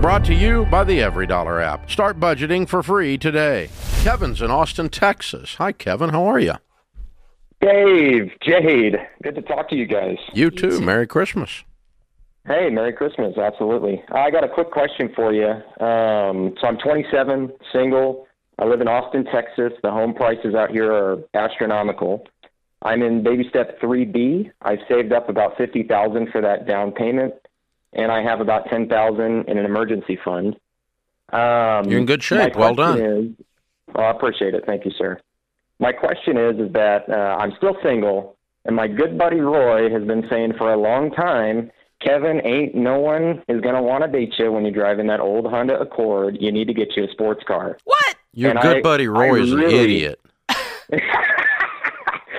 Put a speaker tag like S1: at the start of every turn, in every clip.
S1: Brought to you by the Every Dollar app. Start budgeting for free today. Kevin's in Austin, Texas. Hi, Kevin. How are you?
S2: Dave, Jade, good to talk to you guys.
S1: You too. Merry Christmas.
S2: Hey, Merry Christmas. Absolutely. Uh, I got a quick question for you. Um, so I'm 27, single. I live in Austin, Texas. The home prices out here are astronomical. I'm in baby step 3B. I've saved up about 50,000 for that down payment and I have about 10,000 in an emergency fund. Um,
S1: You're in good shape.
S2: my
S1: Well
S2: question
S1: done.
S2: is- well, I appreciate it. Thank you, sir. My question is, is that uh, I'm still single, and my good buddy Roy has been saying for a long time, Kevin, ain't no one is gonna want to date you when you're driving that old Honda Accord. You need to get you a sports car.
S3: What?
S1: Your
S2: and
S1: good
S2: I-
S1: buddy
S2: I
S1: Roy is an
S2: really-
S1: idiot.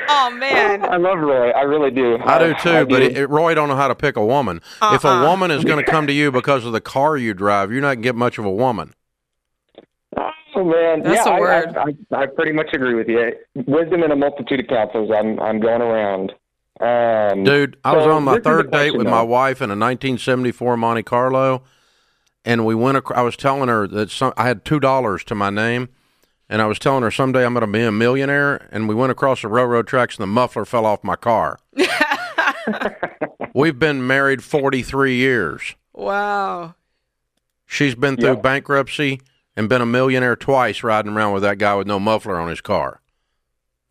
S3: Oh man.
S2: I love Roy. I really do.
S1: I do too, but it, it- Roy don't know how to pick a woman. If a
S3: Uh-uh.
S1: woman is going to come to you because of the car you drive, you're not going to get much of a woman.
S2: Oh man,
S3: That's
S2: yeah,
S3: a
S2: I-
S3: word.
S2: I, I, I pretty much agree with you. Wisdom in a multitude of counsels. I'm I'm going around. Um,
S1: Dude, I was
S2: so
S1: on my
S2: this is the
S1: third date
S2: question,
S1: with
S2: though.
S1: my wife in a 1974 Monte Carlo, and we went. Ac- I was telling her that some, I had two dollars to my name, and I was telling her someday I'm going to be a millionaire. And we went across the railroad tracks, and the muffler fell off my car. We've been married 43 years.
S3: Wow.
S1: She's been through
S2: Yep.
S1: bankruptcy and been a millionaire twice, riding around with that guy with no muffler on his car.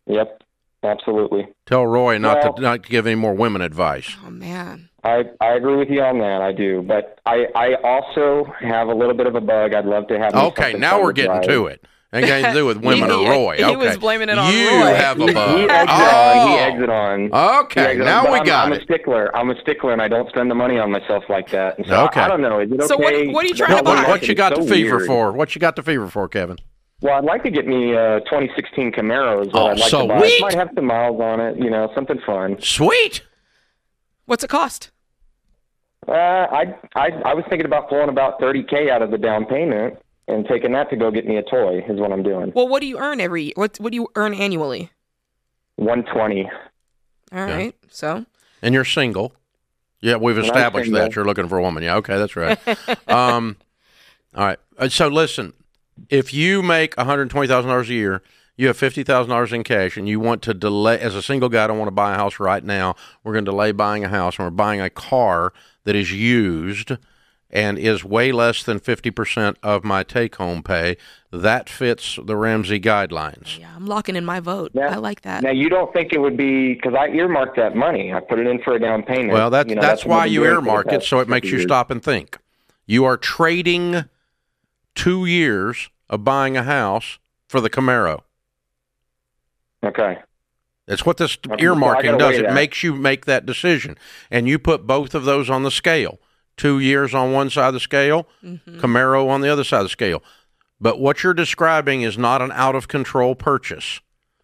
S2: Yep, absolutely.
S1: Tell Roy not to
S2: Well-
S1: not to give any more women advice.
S3: Oh man.
S2: I I agree with you on that. I do, but I I also have a little bit of a bug. I'd love to have. me
S1: Okay,
S2: something
S1: now
S2: fun
S1: we're
S2: to
S1: getting
S2: drive.
S1: to it. Ain't got anything to do with women or
S3: He-
S1: Roy.
S3: he
S1: okay.
S3: was blaming it on
S1: you
S3: Roy.
S1: have
S2: He,
S1: a bug.
S2: he egged on. He egged it on.
S1: Oh,
S2: He
S1: okay,
S2: egged it on,
S1: now
S2: but
S1: we
S2: I'm,
S1: got
S2: I'm
S1: it.
S2: a stickler. I'm a stickler, and I don't spend the money on myself like that. And so I-
S1: Okay.
S2: I, don't know. Is it okay?
S3: So what- what are you trying
S2: That
S1: What,
S3: to buy?
S2: one
S1: what
S2: actually
S1: you got
S2: so
S1: the fever
S2: weird.
S1: for? What you got the fever for, Kevin?
S2: Well, I'd like to get me uh, a 2016 Camaro. Is what
S1: Oh,
S2: I'd like
S1: so
S2: to buy.
S1: sweet.
S2: It might have some miles on it. You know, something fun.
S1: Sweet.
S3: What's it cost?
S2: Uh, I I I was thinking about pulling about 30k out of the down payment and taking that to go get me a toy. Is what I'm doing.
S3: Well, what do you earn every? What What do you earn annually?
S2: 120.
S3: All right.
S1: Yeah.
S3: So
S1: And you're single. Yeah, we've established
S2: single.
S1: that you're looking for a woman. Yeah, okay, that's right. um, all right. Uh, So listen, if you make one hundred twenty thousand dollars a year, you have fifty thousand dollars in cash, and you want to delay. As a single guy, I don't want to buy a house right now. We're going to delay buying a house, and we're buying a car that is used and is way less than fifty percent of my take-home pay. That fits the Ramsey guidelines.
S3: yeah, I'm locking in my vote.
S2: Yeah.
S3: I like that.
S2: Now you don't think it would be because I earmarked that money. I put it in for a down payment.
S1: Well, that's
S2: You know,
S1: that's
S2: what I've
S1: why
S2: been
S1: you
S2: doing for the
S1: earmark it,
S2: past
S1: so it
S2: 50
S1: makes you
S2: years.
S1: stop and think. You are trading two years of buying a house for the Camaro.
S2: Okay.
S1: That's what this
S2: Okay, so Uh, I
S1: earmarking
S2: gotta
S1: does.
S2: weigh
S1: It
S2: that.
S1: makes you make that decision, and you put both of those on the scale. Two years on one side of the scale,
S3: Mm-hmm.
S1: Camaro on the other side of the scale. But what you're describing is not an out of control purchase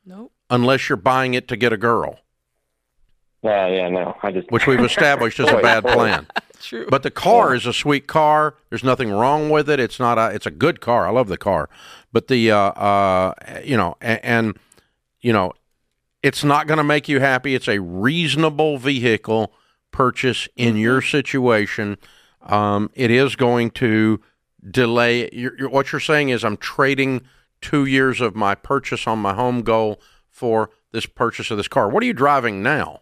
S3: Nope.
S1: unless you're buying it to get a girl,
S2: Yeah, yeah, no. I just
S1: which we've established is a bad plan.
S3: True.
S1: But the car is a sweet car. There's nothing wrong with it. It's not a. It's a good car. I love the car. But the uh, uh you know and, and you know, it's not going to make you happy. It's a reasonable vehicle purchase in your situation. Um, it is going to delay. You're, you're, what you're saying is, I'm trading two years of my purchase on my home goal for this purchase of this car. What are you driving now?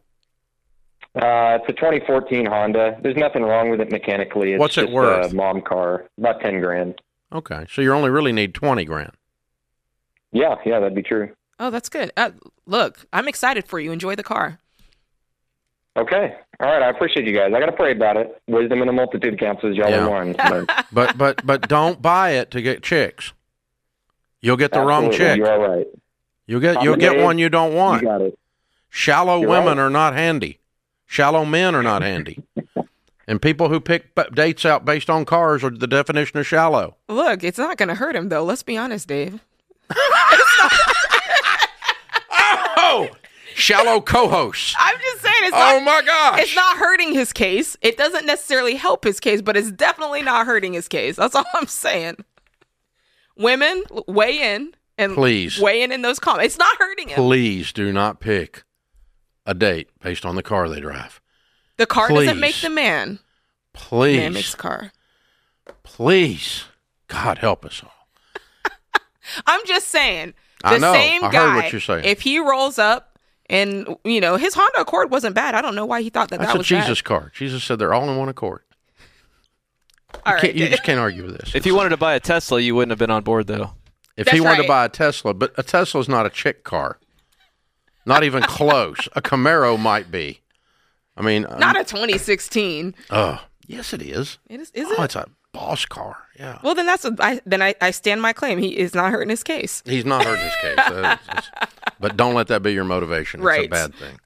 S2: Uh, it's a 2014 Honda. There's nothing wrong with it mechanically. It's
S1: What's it
S2: just
S1: worth?
S2: A mom car, about 10 grand.
S1: Okay, so you only really need twenty grand.
S2: Yeah, yeah, that'd be true.
S3: oh, that's good. Uh, look, I'm excited for you. Enjoy the car.
S2: Okay, all right. I appreciate you guys. I gotta pray about it. Wisdom in a multitude counts as y'all
S1: Yeah.
S2: are one. so-
S1: but but but don't buy it to get chicks. You'll get the wrong
S2: Absolutely,
S1: chick.
S2: You're all right.
S1: You'll get you'll get
S2: Nominated.
S1: one you don't want.
S2: You got it.
S1: Shallow
S2: You're
S1: women
S2: right.
S1: are not handy. Shallow men are not handy. and people who pick b- dates out based on cars are the definition of shallow.
S3: Look, it's not gonna hurt him though. Let's be honest, Dave.
S1: Oh, shallow co-hosts.
S3: I'm just saying it's
S1: Oh
S3: not.
S1: my gosh.
S3: It's not hurting his case. It doesn't necessarily help his case, but it's definitely not hurting his case. That's all I'm saying. Women, l- weigh in and
S1: Please.
S3: weigh in in those comments. It's not hurting him.
S1: Please do not pick a date based on the car they drive.
S3: The car doesn't make
S1: please.
S3: the man. Man
S1: Please.
S3: makes the car.
S1: Please, God help us all.
S3: I'm just saying. The
S1: I know.
S3: same
S1: I heard
S3: guy.
S1: what you're saying.
S3: If he rolls up and you know his Honda Accord wasn't bad, I don't know why he thought that
S1: That's
S3: that
S1: a
S3: was
S1: Jesus car. Jesus said they're all in one accord.
S3: Bad. All
S1: You
S3: right,
S1: can't- you
S3: Dave.
S1: just can't argue with this.
S4: If you wanted to buy a Tesla, you wouldn't have been on board though.
S1: If he
S3: That's
S1: wanted to
S3: right.
S1: buy a Tesla, but a Tesla's not a chick car. Not even close. A Camaro might be. I mean, um,
S3: not a 2016.
S1: uh, yes, it is.
S3: It is, is
S1: Oh,
S3: it?
S1: it's a boss car. Yeah.
S3: Well, then that's a, I, then I, I stand my claim. He is not hurting his case.
S1: He's not hurting his case. That is- it's- but don't let that be your motivation. It's a
S3: Right.
S1: bad thing.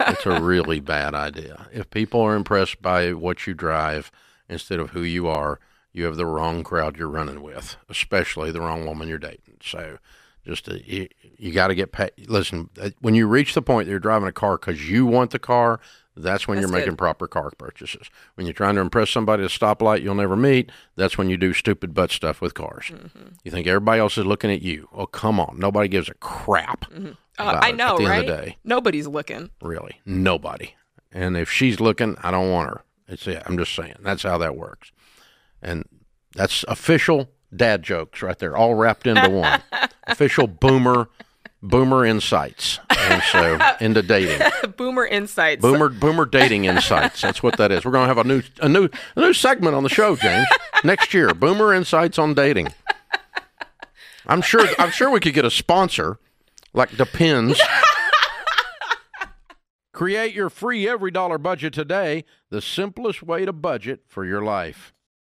S1: It's a really bad idea. If people are impressed by what you drive instead of who you are, you have the wrong crowd you're running with, especially the wrong woman you're dating. So just uh you, you got to get paid. Listen, uh, when you reach the point that you're driving a car because you want the car, that's when
S3: That's
S1: you're
S3: good.
S1: making proper car purchases. When you're trying to impress somebody at a stoplight you'll never meet, that's when you do stupid butt stuff with cars.
S3: Mm-hmm.
S1: You think everybody else is looking at you. Oh, come on. Nobody gives a crap.
S3: Uh,
S1: about
S3: I
S1: it
S3: know,
S1: At the
S3: right?
S1: end of the day,
S3: Nobody's looking.
S1: really. Nobody. And if she's looking, I don't want her. It's it. I'm just saying. That's how that works. And that's official dad jokes right there, all wrapped into one. official boomer boomer insights. And so into dating.
S3: Boomer insights.
S1: Boomer boomer dating insights. That's what that is. We're gonna have a new a new a new segment on the show, James. Next year. Boomer insights on dating. I'm sure I'm sure we could get a sponsor, like Depends. Create your free every dollar budget today, the simplest way to budget for your life.